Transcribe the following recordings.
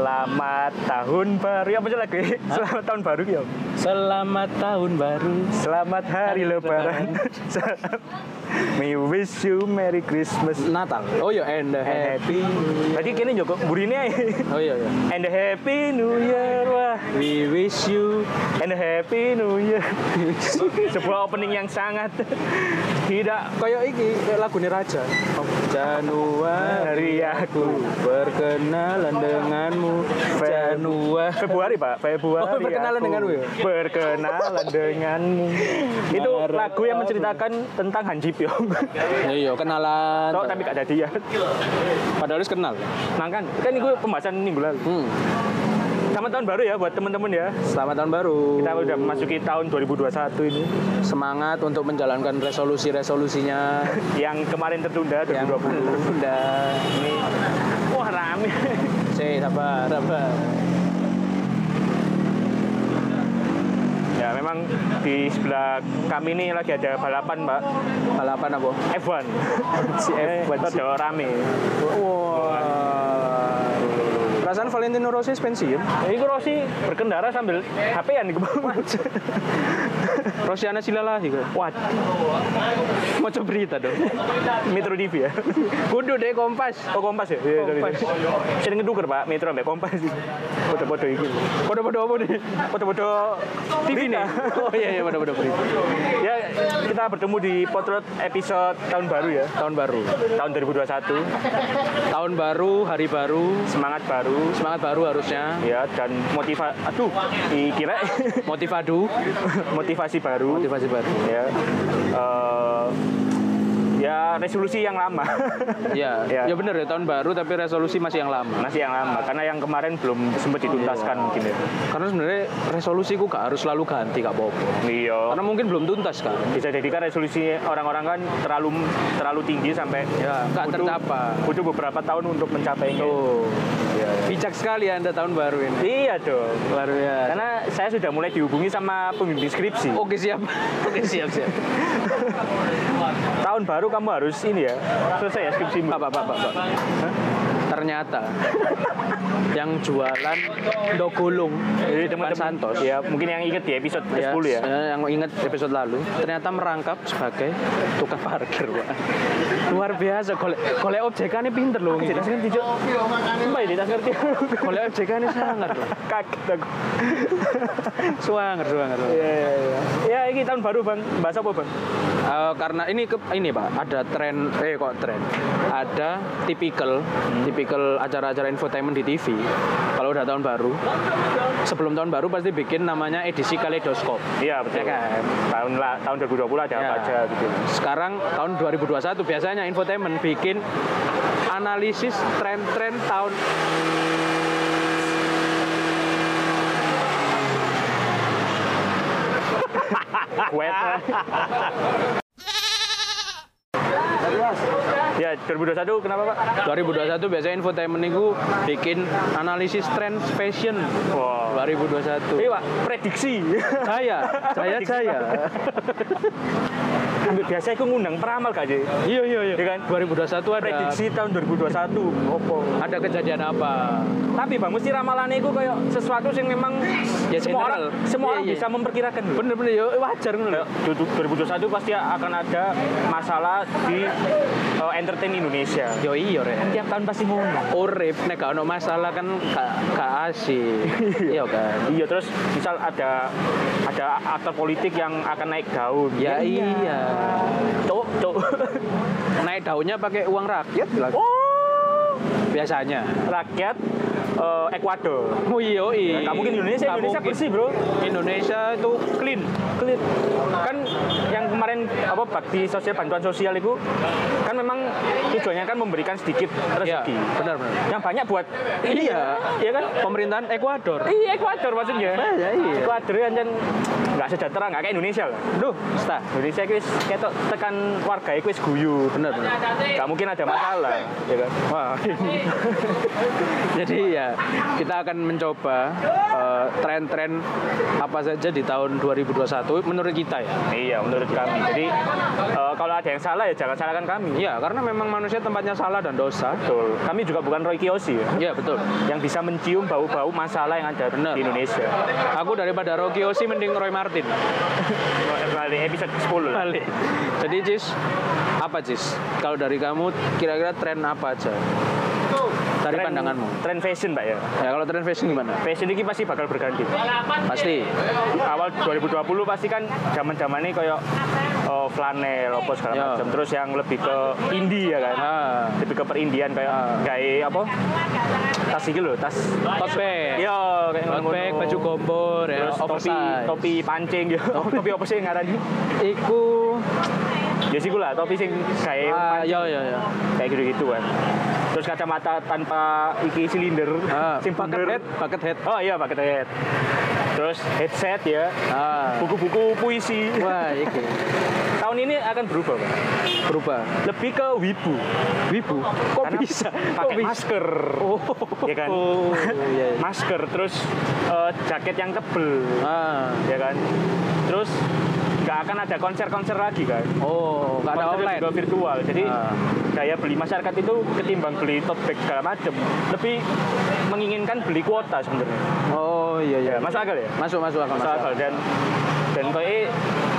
Selamat tahun baru. Apa jelek ya? Selamat tahun baru ya. Selamat tahun baru. Selamat hari Hari lebaran. We wish you Merry Christmas. Natal. Oh iya, and a happy. Tadi kini Joko burine ae. Oh iya, iya. And a happy new year. Wah, We wish you and a happy new year. Sebuah opening yang sangat tidak kayak iki kayak lagunya Raja. Januari aku berkenalan denganmu. Januari. Februari Pak, Februari. Oh, berkenalan aku denganmu ya? Berkenalan denganmu. Itu Baru lagu yang tahu. menceritakan tentang Han Ji Pyong. Iya, kenalan. Tok, tapi gak jadi ya. Padahal harus kenal. Makan. Kan itu pembahasan minggu lalu. Hmm. Selamat tahun baru ya buat teman-teman ya. Selamat tahun baru. Kita udah memasuki tahun 2021 ini semangat untuk menjalankan resolusi-resolusinya yang kemarin tertunda yang 2020. udah Ini wah rame. Cek, sabar, sabar. Ya memang di sebelah kami ini lagi ada balapan, Pak. Balapan apa? F1. Si F1. Itu ada Eh, rame. Wah. Perasaan Valentino Rossi pensiun. Ya, itu Rossi berkendara sambil HP-an gitu. Rossi anak silalahi kok. Wah, Mau coba berita dong. Metro TV ya. Kudu deh kompas. Oh Kompas ya? Iya, sorry, Kompas. sorry. Sering ngeduker Pak, Metro sampai Kompas. Foto-foto itu. Bodoh-bodoh apa nih? Foto-foto TV nih. Oh iya iya bodoh-bodoh berita. Ya, kita bertemu di potret episode tahun baru ya. Tahun baru. Tahun 2021, Tahun baru, hari baru, semangat baru. semangat baru harusnya. Ya, dan motiva... Aduh, dikira Motivadu, motivasi baru. motivasi baru. Ya. Eh, ya, resolusi yang lama. Ya, Ya. ya bener ya tahun baru tapi resolusi masih yang lama. Masih yang lama, karena yang kemarin belum sempat dituntaskan mungkin ya. Karena sebenarnya resolusiku gak harus selalu ganti gak apa-apa. Iya. Karena mungkin belum tuntas kan. bisa jadi kan resolusi orang-orang kan terlalu terlalu tinggi sampai Ya, gak tercapai. butuh beberapa tahun untuk mencapainya. Tuh. Bijak sekali Anda tahun baru ini. Iya dong. Iya, Luar biasa. Karena saya sudah mulai dihubungi sama pembimbing skripsi. Oke siap. Oke siap siap. Tahun baru kamu harus ini ya. Selesai ya skripsimu. Pak, pak, pak, pak, pak. Ternyata yang jualan dogulung Jadi di depan teman-teman Santos. Ya, mungkin yang inget di episode Ya, 10 ya. saya yang ingat episode lalu ternyata merangkap sebagai tukang parkir Pak. luar biasa golek golek objekannya pinter loh Tidak golek ngerti, Cok. iya. Sumpah ya, tidak ngerti. objekannya sangat loh Kaget aku. suanger suanger suanger. Ya, ya, iya. ya. Ya, ini tahun baru, Bang. Bahasa apa, Bang? Eh, karena ini ke, ini pak ada tren eh kok tren ada tipikal Hmm. tipikal acara-acara infotainment di TV kalau udah tahun baru sebelum tahun baru pasti bikin namanya edisi kaleidoskop Iya, betul. Ya kan? Tahun la- tahun 2020 ada apa Ya. aja gitu. sekarang tahun 2021 biasanya infotainment bikin analisis tren-tren tahun Kuet. Ya, 2021 kenapa, Pak? 2021 biasanya infotainment itu bikin analisis tren fashion Wow. 2021 Ini, Pak, prediksi. jaya jaya jaya Biasa aku ngundang peramal gak sih? iya iya iya Ya kan? 2021 ada Prediksi tahun 2021. Opo. ada kejadian apa Tapi Bang, mesti ramalannya itu kayak sesuatu yang memang Ya, semua orang, general. semua Iya, orang iya. bisa memperkirakan. Bro. bener-bener ya wajar ngono Kayak 2021 pasti akan ada masalah di eh, entertain Indonesia. yo iya re Tiap tahun pasti ngomong. urip nek gak ono masalah kan gak gak asik iya kan Iya, terus misal ada ada aktor politik yang akan naik daun. ya iya Cok, cok. naik daunnya pakai uang rakyat lah Oh, biasanya rakyat eh, Ekuador. oh iya iya Gak mungkin Indonesia, Gak Indonesia mungkin. bersih bro. Indonesia itu clean Clear. Kan yang kemarin apa bakti sosial bantuan sosial itu kan memang tujuannya kan memberikan sedikit ya rezeki. benar benar Yang banyak buat iya Iya kan? pemerintahan Ekuador Iya, Ekuador maksudnya. Iya, iya. Ekuador kan jan nggak sejahtera, nggak kayak Indonesia lah. duh sta Indonesia itu wis ketok tekan warga itu wis guyu. benar benar Nggak mungkin ada masalah, ya kan? Wah. Jadi ya kita akan mencoba eh, tren-tren apa saja di tahun 2021 menurut kita ya. Iya, menurut kami. Jadi eh, kalau ada yang salah ya jangan salahkan kami. Iya, karena memang manusia tempatnya salah dan dosa. Betul. Kami juga bukan Roy Kiyoshi ya, Iya, betul. yang bisa mencium bau-bau masalah yang ada Benar. di Indonesia. Aku daripada Rocky Osi mending Roy Martin. Kembali episode 10 lah. Balik. Jadi Cis, apa Cis? Kalau dari kamu kira-kira tren apa aja? Dari Tren- pandanganmu. Tren fashion, Pak ya. Ya, kalau tren fashion gimana? Fashion ini pasti bakal berganti. Pasti. Awal 2020 pasti kan zaman-zaman ini kayak oh, flanel, apa segala Ya. macam. Terus yang lebih ke indie ya kan. Ah, Lebih ke perindian kayak kayak apa? Tas iki lho, tas. tote bag. Yo, kayak Tote ngono-ngono. bag, baju kompor, ya, Terus topi, Iya, oversize. topi pancing ya. topi apa sih yang ngarani? Iku, Ya sih lah, topi sing kayak ah, ya, ya, ya. kayak gitu-gitu kan. Terus kacamata tanpa iki silinder, Ah, sing bucket bunder. head, bucket head. Oh iya pakai head. Terus headset ya, Ah, buku-buku puisi. wah, iki Tahun ini akan berubah, Pak. berubah. Lebih ke wibu. Wibu, kok Karena bisa? Kok Pakai bisa? masker. Oh, Ya kan? Oh, iya, iya. Masker terus eh, jaket yang tebel, Ah, ya kan? Terus nggak akan ada konser-konser lagi kan. oh, nggak ada Konsernya online. juga virtual. Jadi Ah. daya beli masyarakat itu ketimbang beli tote bag segala macam, lebih menginginkan beli kuota sebenarnya. Oh, iya, iya. Ya, masuk akal ya? Masuk, masuk akal, Masuk masuk akal. akal. dan dan kayak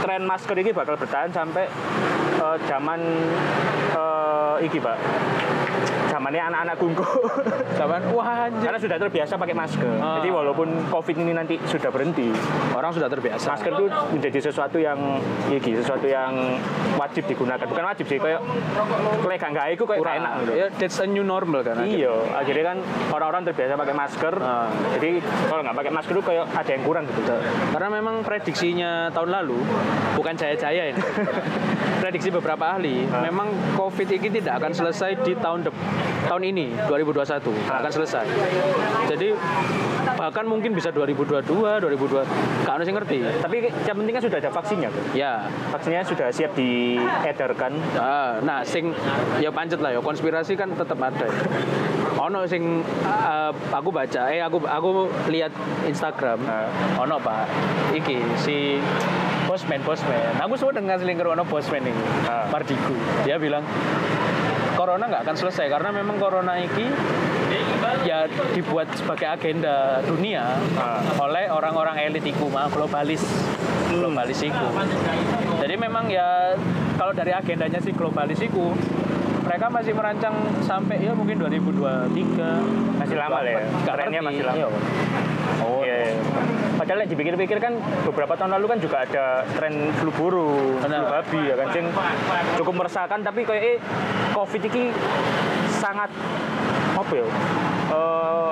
tren masker ini bakal bertahan sampai eh, zaman eh, iki pak zamannya anak-anak kungku Jawaban, wah anjir. karena sudah terbiasa pakai masker Ah. jadi walaupun covid ini nanti sudah berhenti Orang sudah terbiasa. masker itu menjadi sesuatu yang iki sesuatu yang wajib digunakan bukan wajib sih kayak kayak gak gak iku kayak gak enak gitu. Ya, that's a new normal kan. Iya, akhirnya kan orang-orang terbiasa pakai masker. Ah. Jadi kalau nggak pakai masker itu kayak ada yang kurang gitu. Karena memang prediksinya tahun lalu bukan jaya-jaya ini. Prediksi beberapa ahli, memang COVID ini tidak akan selesai di tahun dep- tahun ini 2021 nggak akan selesai. Jadi bahkan mungkin bisa 2022, 2002. Gak ada yang ngerti. Tapi yang penting kan sudah ada vaksinnya. Kan? Ya, Vaksinnya sudah siap diedarkan. Ah, nah sing ya pancet lah ya konspirasi kan tetap ada. ya. Ono sing ah, aku baca eh aku aku lihat Instagram. Ah. Ono Pak iki si bosman bosman. Aku semua dengar selingkuh ono bosman ini. Ah. Mardigu. Dia bilang corona nggak akan selesai karena memang corona iki ya dibuat sebagai agenda dunia Ah. Hmm. oleh orang-orang elit iku mah globalis globalis iku jadi memang ya kalau dari agendanya si globalis iku mereka masih merancang sampai ya mungkin 2023 Masih lama lah ya. Nggak Trennya ngerti. masih lama. Iya. Oh. Padahal yang dipikir-pikir kan beberapa tahun lalu kan juga ada tren flu burung, Benar. flu babi ya kan sing cukup meresahkan tapi kayak eh, covid ini sangat apa ya? Eh,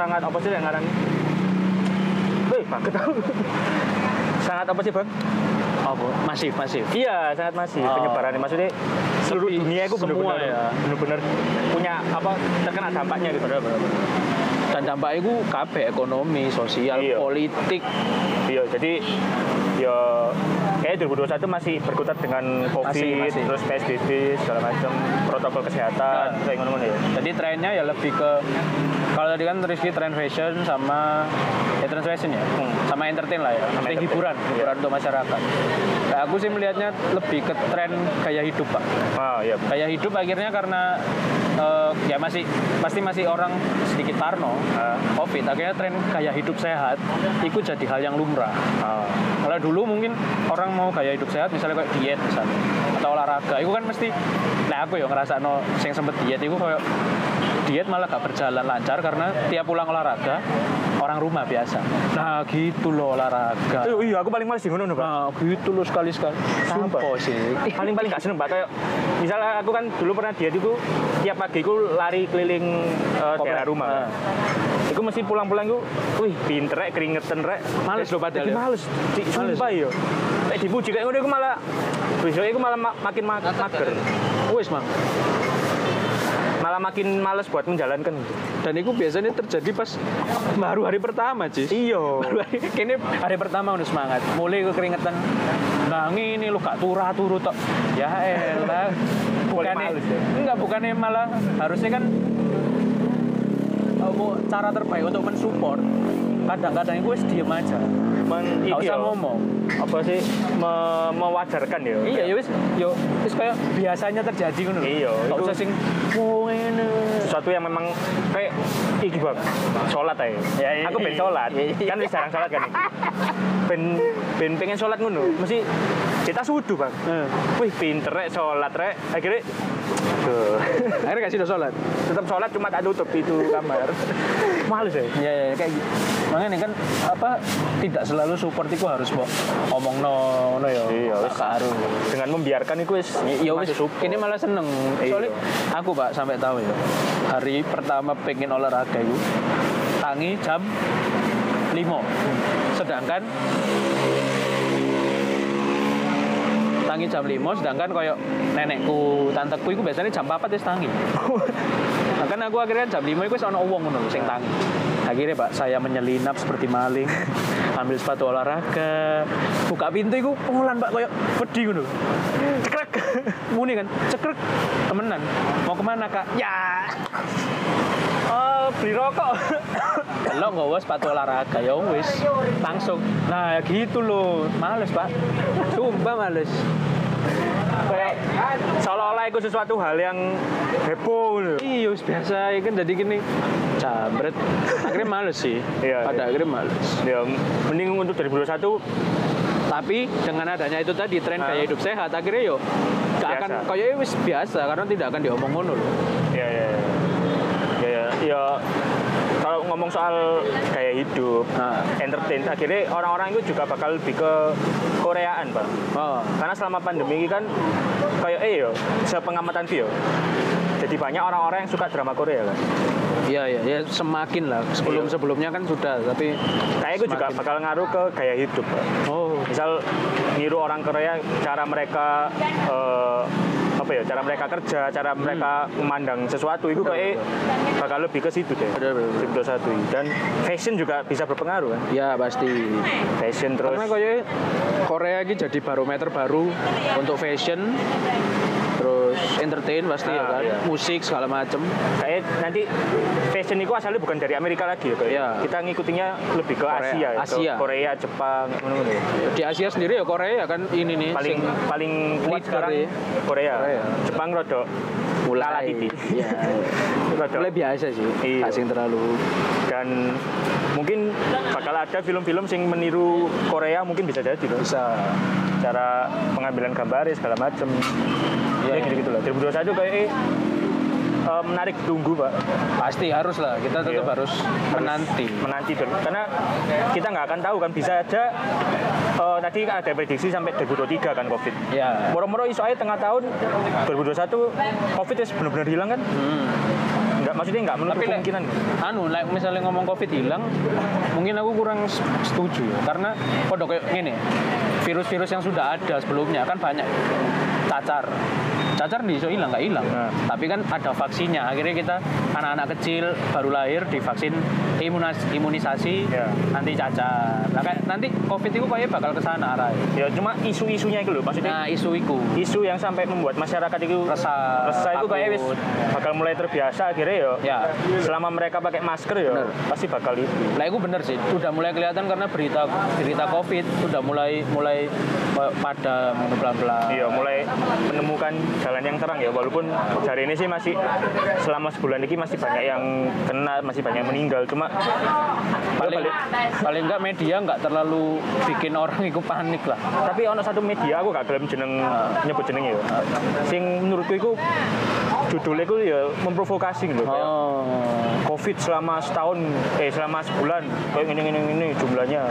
sangat apa sih yang ngaran? Wih, banget tahu. sangat apa sih, Bang? Apa? masif masif Iya, sangat masih Oh. penyebarannya. Maksudnya seluruh Sepi, dunia itu semua benar-benar ya. benar-benar punya apa terkena dampaknya gitu. dan dampaknya itu kabeh ekonomi sosial Iya. politik Iya, jadi ya kayak 2021 masih berkutat dengan COVID, Masih, masih. terus PSBB segala macam protokol kesehatan Nah. kayak ngono ya. Jadi trennya ya lebih ke kalau tadi kan Rizky tren fashion sama ya tren fashion ya, sama entertain lah ya, sama Hmm. entertain. Iya. hiburan, hiburan untuk masyarakat. Nah, aku sih melihatnya lebih ke tren gaya hidup pak. Ah, iya. Gaya hidup akhirnya karena eh, ya masih pasti masih orang sedikit parno Ah. covid akhirnya tren gaya hidup sehat itu jadi hal yang lumrah Ah. kalau dulu mungkin orang mau gaya hidup sehat misalnya kayak diet misalnya atau olahraga itu kan mesti nah aku ya ngerasa no yang sempet diet itu kayak diet malah gak berjalan lancar karena tiap pulang olahraga orang rumah biasa nah gitu loh olahraga Eh, iya, aku paling males di ngono, Pak. nah gitu loh sekali sekali Sumpah. sumpah sih paling paling gak seneng pak kayak misalnya aku kan dulu pernah diet itu tiap pagi aku lari keliling eh, Komplek. daerah rumah Ah. aku mesti pulang-pulang aku wih pinter rek keringetan rek Males loh padahal Jadi ya. males Cik, sumpah yo kayak dipuji kayak udah aku malah besoknya aku malah ma- makin ma- mager wes mang malah makin males buat menjalankan dan itu biasanya terjadi pas baru hari pertama sih iyo Baru hari- kini hari pertama udah semangat mulai gue keringetan nangi ini lu gak turah turu tok ya elah Boleh bukannya males ya? enggak bukannya malah harusnya kan eh, mau cara terbaik untuk mensupport kadang-kadang gue diem aja men gak iki usah yo. ngomong apa sih me- mewajarkan ya iya ya wis yo kayak biasanya terjadi ngono lho. Iya, Nggak itu- usah sing "Oh, ngene." sesuatu yang memang kayak iki bang sholat aja Ya, iya. aku ben sholat Iya, iya. kan wis jarang sholat kan iki. ben ben pengen sholat ngono mesti kita sudu bang Eh, wih pinter rek sholat rek akhirnya Duh. Akhirnya kasih udah sholat. tetap sholat cuma tak tutup itu kamar malu sih Ya, ya, kayak gitu. Makanya kan apa tidak selalu support itu harus mau ngomong no, no ya. Iya, wis. Iya. Gak harus. dengan membiarkan itu wis Ya wis, ini malah seneng. Iya. Soalnya aku pak sampai tahu ya. Hari pertama pengen olahraga itu tangi jam 5 Sedangkan tangi jam 5 sedangkan koyo nenekku, tanteku itu biasanya jam 4 wis tangi. Bahkan aku akhirnya jam 5 itu wis ana wong ngono lho, sing tangi. Akhirnya Pak, saya menyelinap seperti maling, ambil sepatu olahraga, buka pintu itu pelan Pak koyo wedi ngono. Cekrek. Muni kan, cekrek. Temenan. Mau kemana Kak? Ya. Oh, beli rokok. Lo nggak wes sepatu olahraga ya wis. Langsung. Nah, ya gitu loh. Males, Pak. Sumpah males. Kayak seolah-olah itu sesuatu hal yang heboh gitu. Iya, wis biasa ya kan jadi gini. Cabret. Akhirnya males sih. Iya, iya. Pada akhirnya males. ya mending untuk 2021 Tapi dengan adanya itu tadi tren Ah. gaya hidup sehat akhirnya yo gak akan Biasa. kayaknya wis biasa karena tidak akan diomong ngono loh. ya ya ya. ya ya ya kalau ngomong soal gaya hidup Ah. entertain akhirnya orang-orang itu juga bakal lebih ke Koreaan pak Oh. karena selama pandemi ini kan kayak eh yo sepengamatan dia jadi banyak orang-orang yang suka drama Korea kan Iya, iya, ya semakin lah. Sebelum-sebelumnya kan sudah, tapi kayak itu juga Semakin. bakal ngaruh ke gaya hidup Pak. oh, misal niru orang Korea cara mereka eh, apa ya cara mereka kerja cara Hmm. mereka memandang sesuatu itu kayak bakal lebih ke situ deh Bener, bener, bener. Crypto satu dan fashion juga bisa berpengaruh kan ya pasti. fashion terus Karena kayaknya Korea ini jadi barometer baru untuk fashion, terus entertain pasti ya Ah, kan, iya. musik segala macem. kayak nanti fashion itu asalnya bukan dari Amerika lagi ya kayak Iya. kita ngikutinnya lebih ke Korea. Asia, ya, ke Asia. Korea Jepang ngono-ngono ya. Di Asia sendiri ya Korea ya kan ini nih paling sing paling kuat leader sekarang ya. Korea. Korea. Jepang rodok kalah mulai. titik Iya. rodok Mulai biasa sih, Iya. gak sing terlalu. dan mungkin bakal ada film-film yang meniru Korea mungkin bisa jadi loh Bisa. cara pengambilan gambar segala macem ya Iya. gitu-gitu lah 2021 kayak eh, eh, menarik tunggu pak Pasti harus lah, kita Iya. tetap harus menanti. menanti dulu karena kita nggak akan tahu kan bisa aja eh, tadi ada prediksi sampai 2023 kan covid Ya. moro-moro iso aja tengah tahun 2021 covid wis benar-benar hilang kan nggak maksudnya nggak menutup Tapi lek- kemungkinan anu like misalnya ngomong covid hilang mungkin aku kurang s- setuju ya karena kodok kayak gini virus-virus yang sudah ada sebelumnya kan banyak cacar cacar di iso hilang nggak hilang Nah. tapi kan ada vaksinnya akhirnya kita anak-anak kecil baru lahir divaksin imunas- imunisasi Ya. anti cacar nah, kayak nanti covid itu kayaknya bakal kesana arahnya ya cuma isu-isunya itu loh maksudnya nah isu iku isu yang sampai membuat masyarakat itu Resah, resah itu kayak wis takut. bakal mulai terbiasa akhirnya ya. Ya. Selama mereka pakai masker ya Bener. pasti bakal itu. Nah, itu bener sih. Udah mulai kelihatan karena berita berita COVID udah mulai mulai pa- padam pelan-pelan. Iya, mulai menemukan jalan yang terang ya walaupun hari ini sih masih selama sebulan ini masih banyak yang kena, masih banyak yang meninggal. Cuma ya paling balik. paling nggak media nggak terlalu bikin orang itu panik lah tapi ono satu media aku gak gelem jeneng nyebut jenenge ya. Sing menurutku iku judulnya iku ya memprovokasi gitu. Kayak oh Covid selama setahun, eh selama sebulan kayak gini gini gini jumlahnya.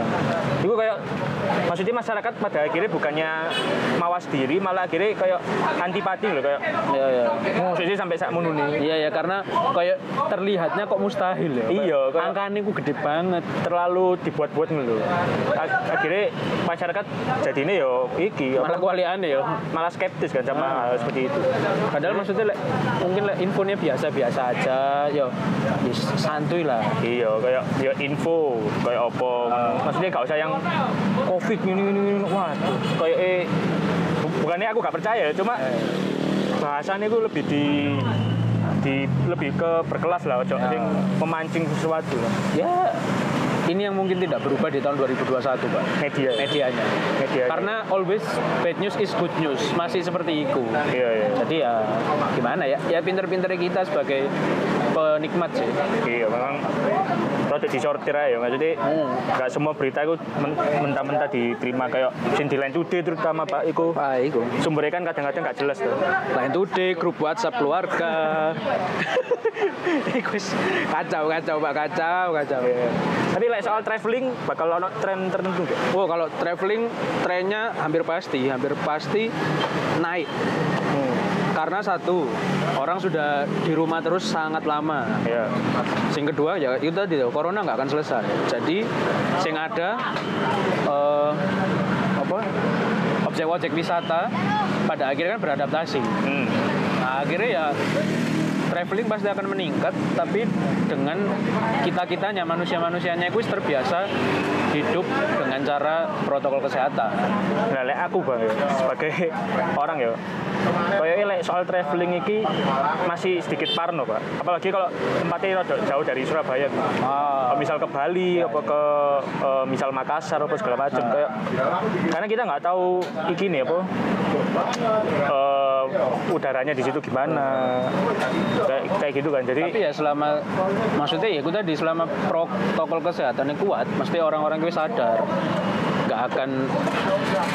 Itu kayak maksudnya masyarakat pada akhirnya bukannya mawas diri, malah akhirnya kayak antipati loh kayak iya ya maksudnya sampai saat menuni iya ya karena kayak terlihatnya kok mustahil ya Iya, kayak- angka ini ku gede banget terlalu dibuat-buat dulu. Akhirnya masyarakat jadi ini yo iki apa, malah kualian ya malah skeptis kan sama hal seperti itu. padahal maksudnya like, mungkin like, infonya biasa-biasa aja yo ya santuy lah Iya, kayak ya info kayak apa. Maksudnya gak usah yang covid gini gini gini. Waduh, kayak eh bu- bukannya aku gak percaya, cuma bahasannya itu lebih di di lebih ke berkelas lah, cok. Sing memancing sesuatu lah. ya Ini yang mungkin tidak berubah di tahun 2021, Pak. Media. ya? Medianya. Media. Karena always bad news is good news. Masih seperti itu. Iya, iya. Jadi ya gimana ya? Ya pinter-pinter kita sebagai penikmat sih. Iya, memang rada disortir aja ya. Maksudnya nggak semua berita itu men- mentah-mentah diterima kayak sing di Line Today terutama Pak iku. Ah, itu. Sumbernya kan kadang-kadang nggak jelas tuh. Lain today, grup WhatsApp keluarga. Iku wis kacau, kacau, Pak, kacau, kacau. Tapi like soal traveling bakal ono tren tertentu nggak? Wow, Oh, kalau traveling trennya hampir pasti, hampir pasti naik. Hmm. Karena satu, orang sudah di rumah terus sangat lama. Iya. Sing kedua ya itu tadi loh, corona nggak akan selesai. Jadi sing ada eh, apa? Objek-objek wisata pada akhirnya kan beradaptasi. Hmm. Nah, akhirnya ya traveling pasti akan meningkat tapi dengan kita kitanya manusia manusianya itu terbiasa hidup dengan cara protokol kesehatan Nah, lek aku bang ya, sebagai orang ya, kayaknya lek soal traveling iki masih sedikit parno pak. Apalagi kalau tempatnya rada jauh dari Surabaya. ah, misal ke Bali apa ke eh, misal Makassar apa segala macam kayak karena kita nggak tahu iki nih apa eh, udaranya di situ gimana kayak kayak gitu kan jadi tapi ya selama maksudnya ya itu tadi selama protokol kesehatannya kuat mesti orang-orang itu sadar nggak akan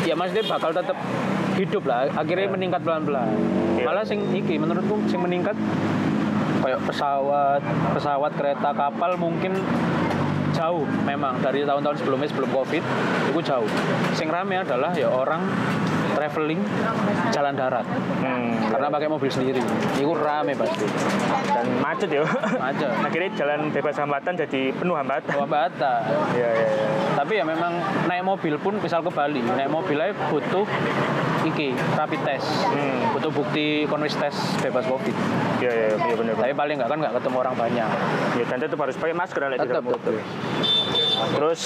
ya maksudnya bakal tetap hidup lah akhirnya meningkat pelan-pelan Iya. malah sing iki menurutku sing meningkat kayak pesawat pesawat kereta kapal mungkin jauh memang dari tahun-tahun sebelumnya sebelum covid itu jauh sing rame adalah ya orang traveling jalan darat hmm, karena pakai mobil sendiri itu rame pasti dan macet ya aja akhirnya jalan bebas hambatan jadi penuh hambatan bawa bata ya, ya, ya. tapi ya memang naik mobil pun misal ke Bali naik mobil aja butuh iki rapid test Hmm. butuh bukti konwis tes bebas covid Ya, ya, ya, bener, tapi paling nggak kan nggak ketemu orang banyak Ya, dan tetap harus pakai masker lah di tetap dalam mobil. tetap Terus,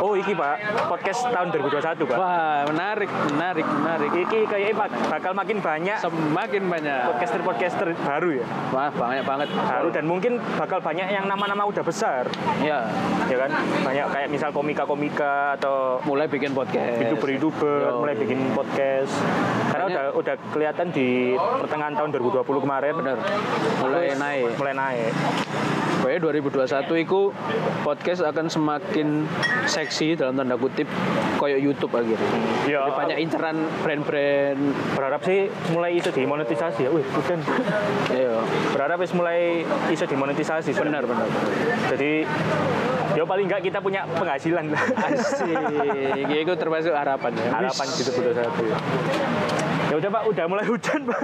oh iki pak, podcast tahun 2021 pak. wah menarik menarik menarik Iki kayaknya bak- bakal makin banyak semakin banyak podcaster-podcaster baru ya. wah banyak banget baru dan mungkin bakal banyak yang nama-nama udah besar ya ya kan banyak kayak misal komika-komika atau mulai bikin podcast youtuber-youtuber Iya, Yo. mulai bikin podcast karena udah Banyak. udah kelihatan di pertengahan tahun 2020 kemarin bener mulai naik mulai naik Pokoknya 2021 itu podcast akan semakin seksi dalam tanda kutip koyo YouTube akhirnya. ya Jadi banyak inceran brand-brand. berharap sih mulai itu dimonetisasi ya wih bukan Iya, berharap sih mulai iso dimonetisasi benar benar. jadi ya paling nggak kita punya penghasilan lah Asik. Ya, itu termasuk harapan ya. harapan gitu di 2021 ya udah pak udah mulai hujan pak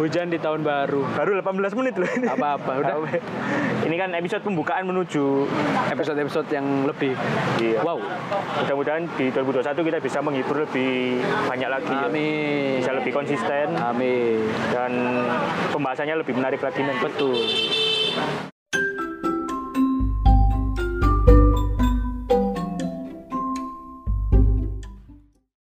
Hujan di tahun baru. baru 18 menit loh ini Apa-apa udah Ini kan episode pembukaan menuju episode-episode yang lebih Iya. wow. mudah-mudahan di 2021 kita bisa menghibur lebih banyak lagi ya. Amin. Bisa lebih konsisten Amin. dan pembahasannya lebih menarik lagi nanti. Betul.